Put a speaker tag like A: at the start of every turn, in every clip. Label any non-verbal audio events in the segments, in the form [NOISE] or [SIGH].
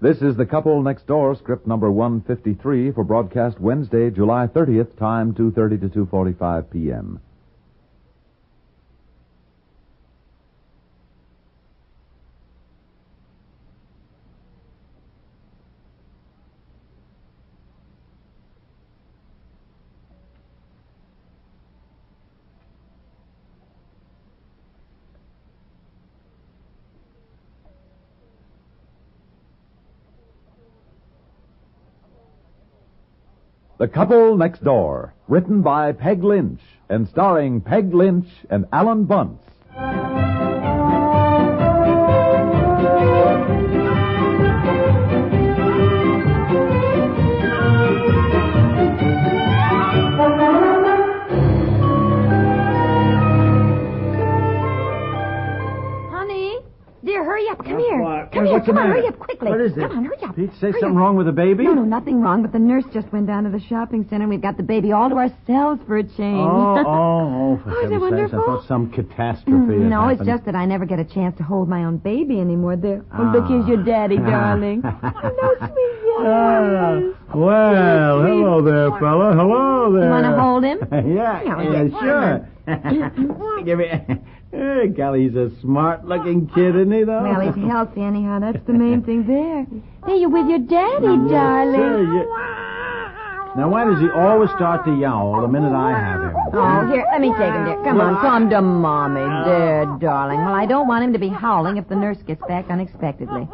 A: This is The Couple Next Door, script number 153 for broadcast Wednesday, July 30th, time 2:30 to 2:45 p.m. The Couple Next Door, written by Peg Lynch and starring Peg Lynch and Alan Bunce.
B: Honey, dear, hurry up. Come
C: Yeah,
B: here.
C: what?
B: Come
C: What's
B: here.
C: the
B: Come on,
C: matter?
B: hurry up quickly.
C: What is it?
B: Come on, hurry up.
C: Pete, say
B: Hurry
C: something
B: up.
C: wrong with the baby?
B: No, no, nothing wrong. But the nurse just went down to the shopping center, and we've got the baby all to ourselves for a change.
C: Oh,
B: [LAUGHS]
C: oh, oh, for
B: Oh, is
C: heaven's sakes.
B: it
C: I
B: wonderful? Mm,
C: thought some catastrophe had
B: no, it's
C: happened.
B: just that I never get a chance to hold my own baby anymore. There, oh, look, here's your
C: [LAUGHS]
B: daddy, darling. oh, no, sweet
C: Ah,
B: young
C: well, hello there, fella. Hello there.
B: You want to hold him?
C: [LAUGHS] yeah,
B: Yeah,
C: yeah,
B: yeah, [LAUGHS]
C: sure. [LAUGHS] Give me. Hey, golly, he's a smart-looking kid, isn't he, though?
B: Well, he's healthy anyhow. That's the main thing there. There, you're with your daddy,
C: Sure,
B: [LAUGHS] darling.
C: you- Now, why does he always start to yowl the minute I have him?
B: Oh, here, let me take him, dear. Come on, come to mommy, dear darling. Well, I don't want him to be howling if the nurse gets back unexpectedly.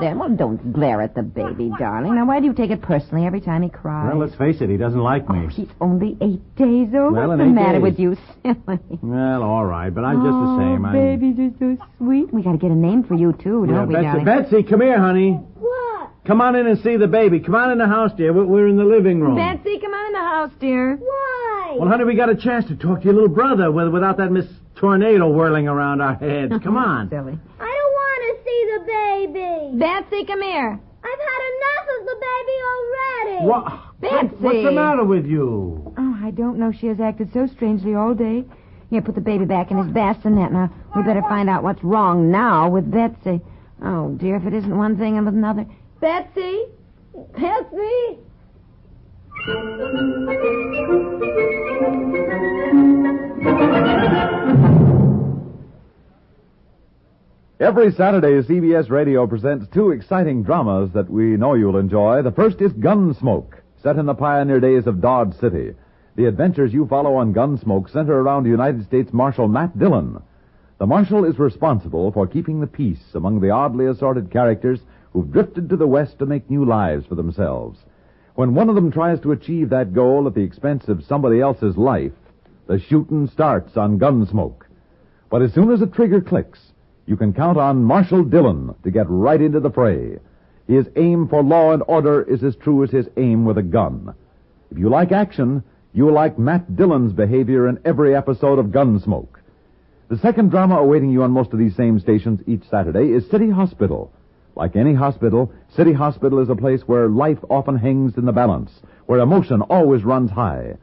B: There, well, don't glare at the baby, darling. Now, why do you take it personally every time he cries?
C: Well, let's face it, he doesn't like me.
B: He's only eight days old.
C: Well, in
B: What's the
C: eight
B: matter
C: days- [LAUGHS]
B: with you, silly?
C: Well, all right, but I'm just the same.
B: Oh,
C: I'm...
B: babies are so sweet. We got to get a name for you too,
C: Yeah,
B: don't we,
C: Betsy,
B: darling?
C: Betsy, come here, honey.
D: What?
C: Come on in and see the baby. Come on in the house, dear. We're, we're in the living room.
B: Betsy, come on in the house, dear.
D: Why?
C: Well, honey, we got a chance to talk to your little brother with, without that Miss Tornado whirling around our heads. Come on.
B: Silly.
D: I don't want to see the baby.
B: Betsy, come here.
D: I've had enough of the baby already.
C: What?
B: Betsy.
C: What's the matter with you?
B: Oh, I don't know. She has acted so strangely all day. Here, put the baby back in his bassinet. Now, we better find out what's wrong now with Betsy. Oh, dear, if it isn't one thing and another. Betsy? Betsy?
A: Every Saturday, CBS Radio presents two exciting dramas that we know you'll enjoy. The first is Gunsmoke, set in the pioneer days of Dodge City. The adventures you follow on Gunsmoke center around United States Marshal Matt Dillon. The Marshal is responsible for keeping the peace among the oddly assorted characters who've drifted to the West to make new lives for themselves. When one of them tries to achieve that goal at the expense of somebody else's life, the shooting starts on Gunsmoke. But as soon as a trigger clicks, you can count on Marshal Dillon to get right into the fray. His aim for law and order is as true as his aim with a gun. If you like action, you'll like Matt Dillon's behavior in every episode of Gunsmoke. The second drama awaiting you on most of these same stations each Saturday is City Hospital. Like any hospital, City Hospital is a place where life often hangs in the balance, where emotion always runs high.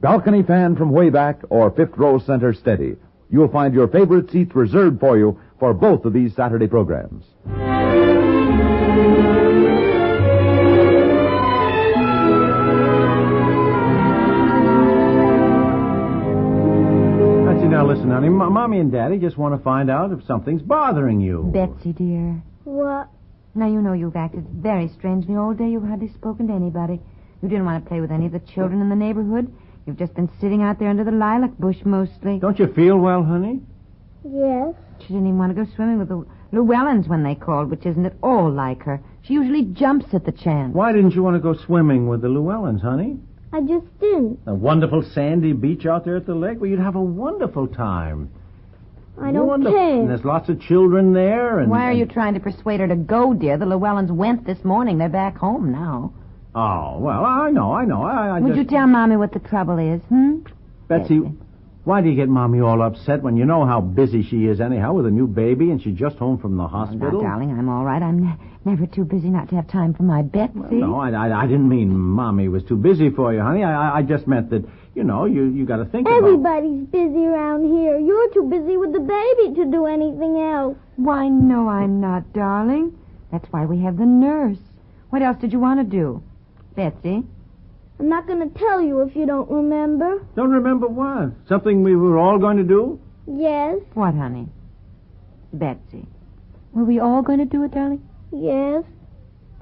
A: Balcony fan from way back or fifth row center steady. You'll find your favorite seats reserved for you for both of these Saturday programs. Mommy and Daddy just want to find out if something's bothering you.
B: Betsy, dear.
D: What?
B: Now, you know you've acted very strangely all day. You've hardly spoken to anybody. You didn't want to play with any of the children in the neighborhood. You've just been sitting out there under the lilac bush mostly.
A: Don't you feel well, honey?
D: Yes.
B: She didn't even want to go swimming with the Llewellyns when they called, which isn't at all like her. She usually jumps at the chance.
A: Why didn't you want to go swimming with the Llewellyns, honey?
D: I just didn't.
A: A wonderful sandy beach out there at the lake where you'd have a wonderful time.
D: I don't
A: Wonderful. And
D: care.
A: there's lots of children there. And,
B: Why are you trying to persuade her to go, dear? The Llewellyns went this morning. They're back home now.
A: Oh, well, I know, I know. I, I
B: Would
A: just...
B: you tell Mommy what the trouble is, hmm?
A: Betsy, why do you get Mommy all upset when you know how busy she is anyhow with a new baby and she's just home from the
B: Now,
A: hospital?
B: darling, I'm all right. I'm ne- never too busy not to have time for my Betsy.
A: No, I, I, I didn't mean Mommy was too busy for you, honey. I, I- I just meant that, you know, you, you got to think about...
D: Everybody's busy around here. You're too busy with the baby to do anything else.
B: Why, no, I'm not, darling. That's why we have the nurse. What else did you want to do? Betsy?
D: I'm not going to tell you if you don't remember.
A: Don't remember what? Something we were all going to do?
D: Yes.
B: What, honey? Betsy. Were we all going to do it, darling?
D: Yes.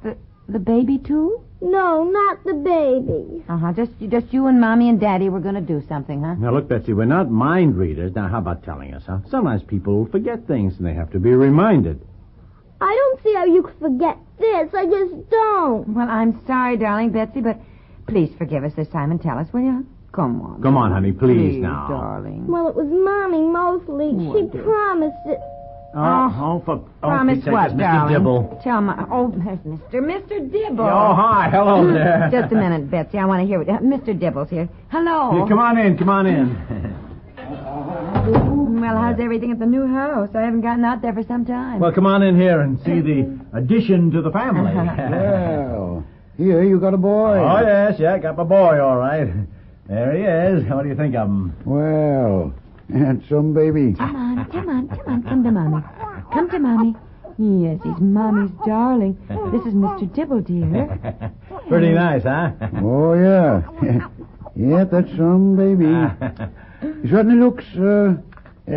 B: The, the baby, too?
D: No, not the baby.
B: Uh huh. Just, just you and Mommy and Daddy were going to do something, huh?
A: Now, look, Betsy, we're not mind readers. Now, how about telling us, huh? Sometimes people forget things and they have to be reminded.
D: I don't see how you could forget this. I just don't.
B: Well, I'm sorry, darling Betsy, but please forgive us this time and tell us, will you? Come on.
A: Come on, honey, please,
B: Please,
A: now.
B: darling.
D: Well, it was Mommy mostly. she promised it.
A: Oh, oh, for oh,
B: Promise
A: Pete's sake,
B: what,
A: there's Mr.
B: darling?
A: Dibble.
B: Tell my. Oh, there's Mr. Mr. Dibble.
A: Oh, [LAUGHS] hi,
B: [LAUGHS]
A: hello there.
B: Just a minute, Betsy. I want to hear what. uh, Mr. Dibble's here. Hello.
A: Yeah, come on in, come on in.
B: [LAUGHS] Well, how's everything at the new house? I haven't gotten out there for some time.
A: Well, come on in here and see
B: [LAUGHS]
A: the addition to the family.
E: Well, Oh, here you got a boy.
A: Oh, yes, yeah, got my boy, all right. There he is. What do you think of him?
E: Well, handsome baby.
B: Come on, come on, come on, come to Mommy. Come to Mommy. Yes, he's Mommy's darling. This is Mr. Dibble, dear.
A: [LAUGHS] Pretty nice, huh? [LAUGHS]
E: Oh, yeah. [LAUGHS] yeah, that's
A: [LAUGHS]
E: some baby. He certainly looks uh, uh,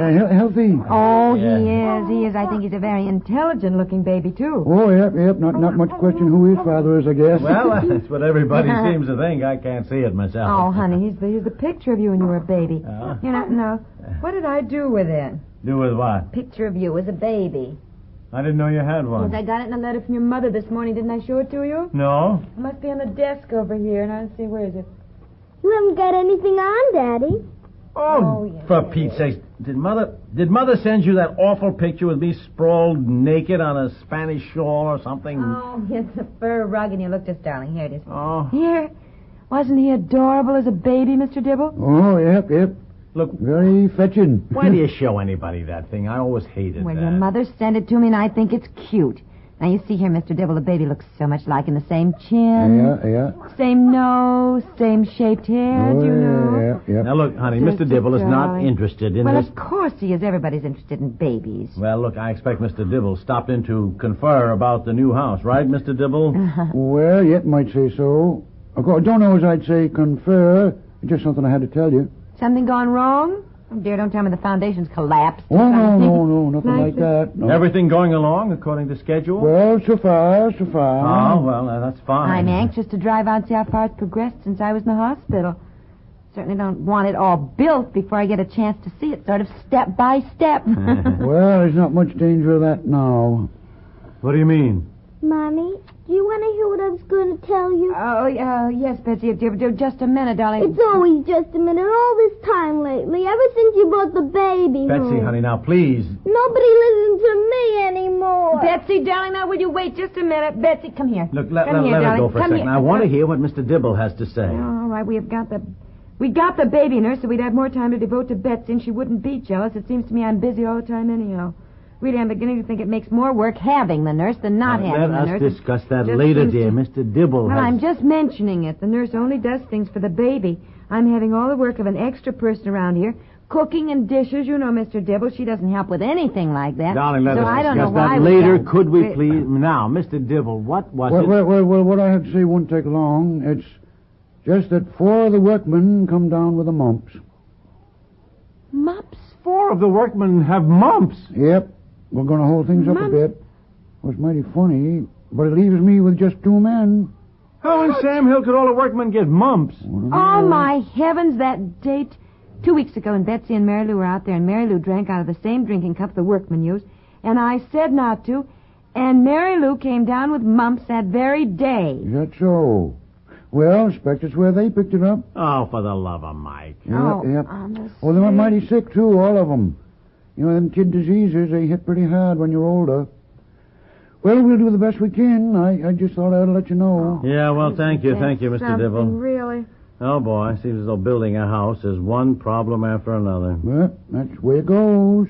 E: he- healthy.
B: Oh, he is, he is. I think he's a very intelligent looking baby, too.
E: Oh, yep, yep. Not, not much question who his father is, I guess.
A: well, that's what
B: [LAUGHS]
A: everybody seems to think. I can't see it myself.
B: Oh, honey, he's the, he's the picture of you when you were a baby. You know, no. What did I do with it?
A: Do with what?
B: Picture of you as a baby.
A: I didn't know you had
B: Because
A: one.
B: I got it in a letter from your mother this morning. Didn't I show it to you?
A: No?
B: It must be on the desk over here, and I don't see where is it.
D: You haven't got anything on, Daddy.
A: Oh,
B: yeah.
A: for Pete's sake, did mother did mother send you that awful picture with me sprawled naked on a Spanish shawl or something?
B: Oh, it's a fur rug, and you look just darling. Here it is.
A: oh.
B: Here. Wasn't he adorable as a baby, Mr. Dibble?
E: Oh, yep, yep.
A: Look,
E: Very fetching.
A: Why do you show anybody that thing? I always hated
B: Well,
A: that.
B: your mother sent it to me, and I think it's cute. Now, you see here, Mr. Dibble, the baby looks so much like him. The same chin,
E: Yeah, yeah.
B: same nose, same shaped hair,
E: Oh,
B: do you know?
E: yeah, yeah,
A: Now
E: yeah.
A: look, honey,
B: Just
A: Mr. Dibble is not
B: darling.
A: interested in
B: Well,
A: this.
B: of course he is. Everybody's interested in babies.
A: Well, look, I expect Mr. Dibble stopped in to confer about the new house, right, Mr. Dibble?
B: Uh-huh.
E: Well, yep, might say so. Of course, don't know as I'd say confer. Just something I had to tell you.
B: Something gone wrong? Oh, dear, don't tell me the foundation's collapsed.
E: Oh, no, no, no, nothing like that. No.
A: Everything going along according to schedule?
E: Well, so far, so far.
A: oh, well, uh, that's fine.
B: I'm anxious to drive out and see how far it's progressed since I was in the hospital. Certainly don't want it all built before I get a chance to see it, sort of step by
A: [LAUGHS]
B: step.
E: [LAUGHS] Well, there's not much danger of that now.
A: What do you mean?
D: Mommy, do you want to hear what I was going to tell you?
B: oh, uh, yes, Betsy, if you do just a minute, darling.
D: It's always just a minute all this time lately, ever since you brought the baby
A: Betsy,
D: home.
A: honey, now please.
D: Nobody listens to me anymore.
B: Betsy, darling, now will you wait just a minute? Betsy, come here.
A: Look, let, let,
B: come here,
A: let her
B: darling.
A: go for
B: come
A: a second.
B: Here.
A: I
B: Oh.
A: want to hear what Mr. Dibble has to say.
B: All right, we have got the. We got the baby nurse, so we'd have more time to devote to Betsy, and she wouldn't be jealous. It seems to me I'm busy all the time, anyhow. Really, I'm beginning to think it makes more work having the nurse than not
A: Now,
B: having
A: let
B: the
A: us
B: nurse.
A: discuss that
B: Just
A: later,
B: seems to-
A: dear. Mr. Dibble
B: Well,
A: has...
B: I'm just mentioning it. The nurse only does things for the baby. I'm having all the work of an extra person around here. Cooking and dishes, you know, Mr. Dibble. She doesn't help with anything like that.
A: Darling, let
B: so
A: us
B: I don't know
A: discuss
B: why
A: that
B: we
A: later.
B: don't-
A: Could we
B: Wait,
A: please... Now, Mr. Dibble, what was
E: Well,
A: it...
E: well, well, well, what I have to say won't take long. It's just that four of the workmen come down with the mumps.
B: Mops?
A: Four of the workmen have mumps.
E: Yep. We're going to hold things up a bit. was mighty funny, but it leaves me with just two men.
A: How in Sam Hill could all the workmen get mumps?
B: Oh, my heavens, that date. Two weeks ago, and Betsy and Mary Lou were out there, and Mary Lou drank out of the same drinking cup the workmen used, and I said not to, and Mary Lou came down with mumps that very day.
E: Is that so? Well, expect it's where they picked it up.
A: Oh, for the love of Mike.
E: Yep,
B: Oh,
E: yep.
B: honestly.
E: Well, they were mighty sick, too, all of them. You know, them kid diseases, they hit pretty hard when you're older. Well, we'll do the best we can. I, I just thought I'd let you know.
A: Yeah, well, thank you, thank you, Mr.
B: Something,
A: Dibble.
B: Really?
A: Oh, boy, seems as though building a house is one problem after another.
E: But that's the way it goes.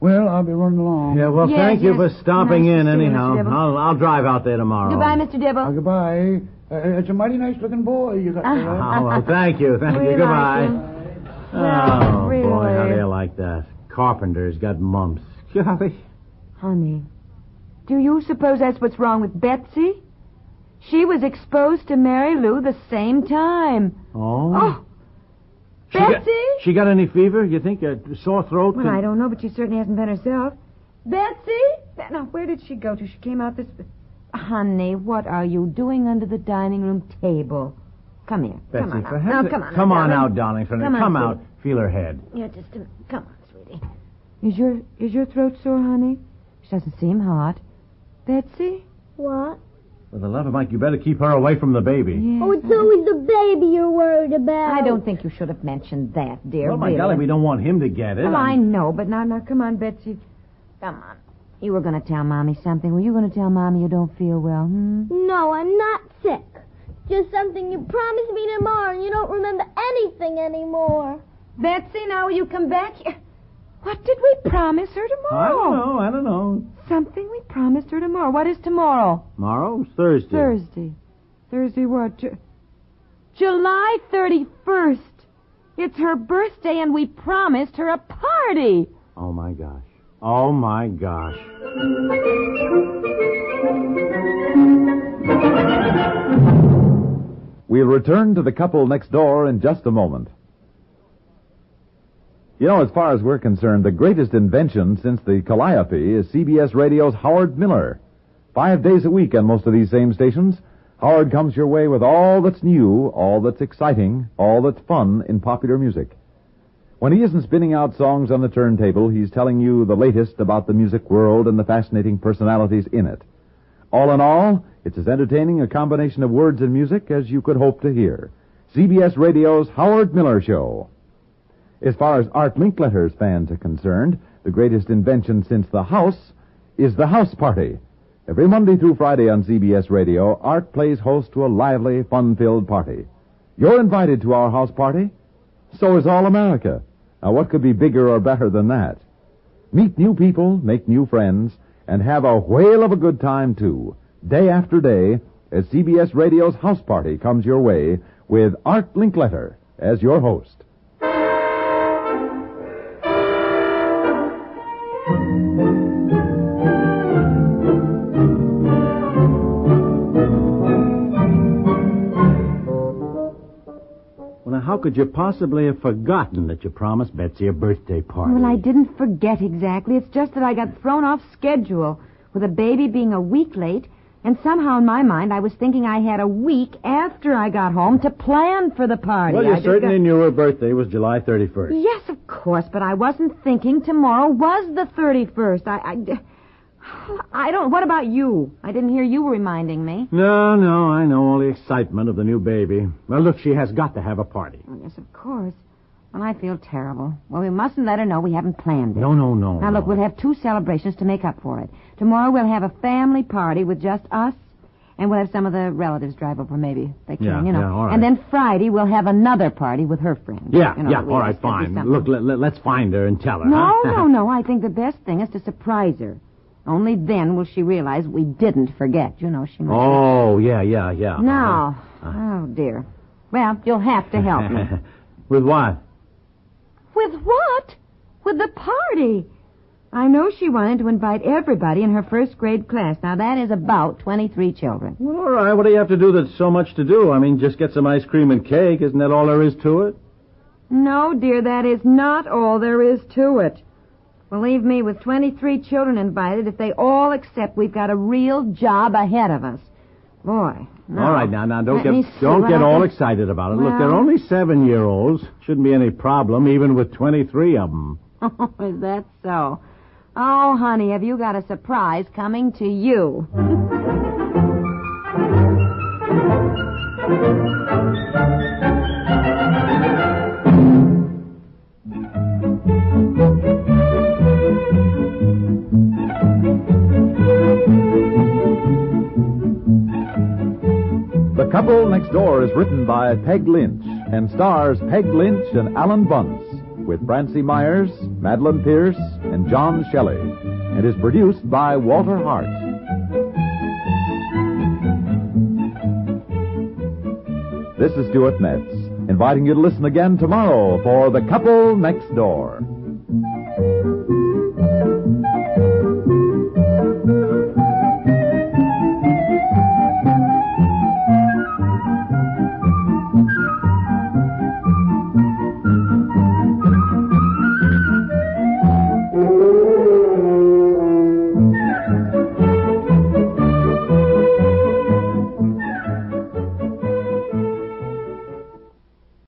E: Well, I'll be running along.
A: Yeah, well,
B: Yes,
A: thank you for
B: yes.
A: stopping
B: Nice
A: in,
B: to see you, Mr.
A: anyhow.
B: Dibble.
A: I'll, I'll drive out there tomorrow.
B: Goodbye, Mr.
E: Uh,
B: Dibble.
E: goodbye. Uh, it's a mighty nice looking boy you got there.
A: Oh, well, thank you, thank you.
B: We [LAUGHS] like
A: Goodbye.
B: him.
A: Oh,
B: really.
A: boy, how do you like that? Carpenter's got mumps. Golly.
B: Honey, do you suppose that's what's wrong with Betsy? She was exposed to Mary Lou the same time.
A: Oh. She
B: Betsy?
A: Got, she got any fever? You think a sore throat?
B: Well,
A: could-
B: I don't know, but she certainly hasn't been herself. Betsy? Be- Now, where did she go to? She came out this. Honey, what are you doing under the dining room table? Come here.
A: Betsy,
B: come on.
A: for
B: out.
A: heaven's
B: Now, come
A: sake-
B: on.
A: Come on
B: darling.
A: out, darling. For
B: Come
A: come
B: on,
A: come
B: sweetie.
A: out. Feel her head.
B: Yeah, just a minute. Come on, sweetie. Is your is your throat sore, honey? She doesn't seem hot. Betsy?
D: What?
A: For the love of Mike, you better keep her away from the baby.
D: Oh, it's always the baby you're worried about.
B: I don't think you should have mentioned that, dear.
A: Oh, my
B: really.
A: golly, we don't want him to get it.
B: Well, I
A: I'm-
B: know, but now, now, come on, Betsy. Come on. You were going to tell Mommy something. Were you going to tell Mommy you don't feel well? Hmm?
D: No, I'm not sick. Just something you promised me tomorrow, and you don't remember anything anymore.
B: Betsy, now will you come back here? What did we promise her
A: I
B: tomorrow?
A: don't know. I don't know.
B: Something we promised her tomorrow. What is tomorrow?
A: Tomorrow's Thursday.
B: Thursday. Thursday what? Ju- July 31st. It's her birthday, and we promised her a party.
A: Oh my gosh. Oh my gosh.
F: We'll return to the couple next door in just a moment. You know, as far as we're concerned, the greatest invention since the calliope is CBS Radio's Howard Miller. Five days a week on most of these same stations, Howard comes your way with all that's new, all that's exciting, all that's fun in popular music. When he isn't spinning out songs on the turntable, he's telling you the latest about the music world and the fascinating personalities in it. All in all, it's as entertaining a combination of words and music as you could hope to hear. CBS Radio's Howard Miller Show. As far as Art Linkletter's fans are concerned, the greatest invention since the house is the house party. Every Monday through Friday on CBS Radio, Art plays host to a lively, fun-filled party. You're invited to our house party. So is all America. Now, what could be bigger or better than that? Meet new people, make new friends, and have a whale of a good time, too, day after day, as CBS Radio's house party comes your way with Art Linkletter as your host.
A: Well, now, how could you possibly have forgotten that you promised Betsy a birthday party?
B: Well, I didn't forget exactly. It's just that I got thrown off schedule with a baby being a week late, and somehow in my mind I was thinking I had a week after I got home to plan for the party.
A: Well,
B: I
A: you
B: just
A: certainly
B: got-
A: knew her birthday was July 31st.
B: Yes, of course, but I wasn't thinking tomorrow was the 31st. I, [SIGHS] I, I don't. What about you? I didn't hear you reminding me.
A: No, no, I know all the excitement of the new baby. Well, look, she has got to have a party.
B: Oh, yes, of course. Well, I feel terrible. Well, we mustn't let her know we haven't planned it.
A: No, no, no.
B: Now, look,
A: no.
B: we'll have two celebrations to make up for it. Tomorrow we'll have a family party with just us, and we'll have some of the relatives drive over, maybe. They can,
A: Yeah,
B: you know.
A: yeah, all right.
B: And then Friday we'll have another party with her friends.
A: Yeah,
B: You know,
A: yeah,
B: we
A: all right,
B: just gotta do
A: fine.
B: something.
A: Look, let, let, us find her and tell her.
B: No,
A: huh? [LAUGHS]
B: no, no. I think the best thing is to surprise her. Only then will she realize we didn't forget. You know, she might.
A: Oh, Uh-huh. yeah, yeah, yeah.
B: No. Oh, dear. Well, you'll have to help
A: [LAUGHS]
B: me.
A: Uh-huh. With what?
B: With what? With the party. I know she wanted to invite everybody in her first grade class. Now, that is about 23 children.
A: Well, all right. What do you have to do that's so much to do? I mean, just get some ice cream and cake. Isn't that all there is to it?
B: No, dear, that is not all there is to it. Believe me, with 23 children invited, if they all accept, we've got a real job ahead of us. Boy.
G: All right, now, now, don't
B: Let me
G: get
B: see
G: don't
B: what
G: get
B: I
G: all
B: can-
G: excited about it. Look, they're
B: Well-
G: only seven-year-olds. Shouldn't be any problem, even with twenty-three of them.
B: [LAUGHS] Oh, is that so? Oh, honey, have you got a surprise coming to you?
A: The Couple Next Door is written by Peg Lynch and stars Peg Lynch and Alan Bunce with Francie Myers, Madeline Pierce, and John Shelley and is produced by Walter Hart. This is Stuart Metz, inviting you to listen again tomorrow for The Couple Next Door.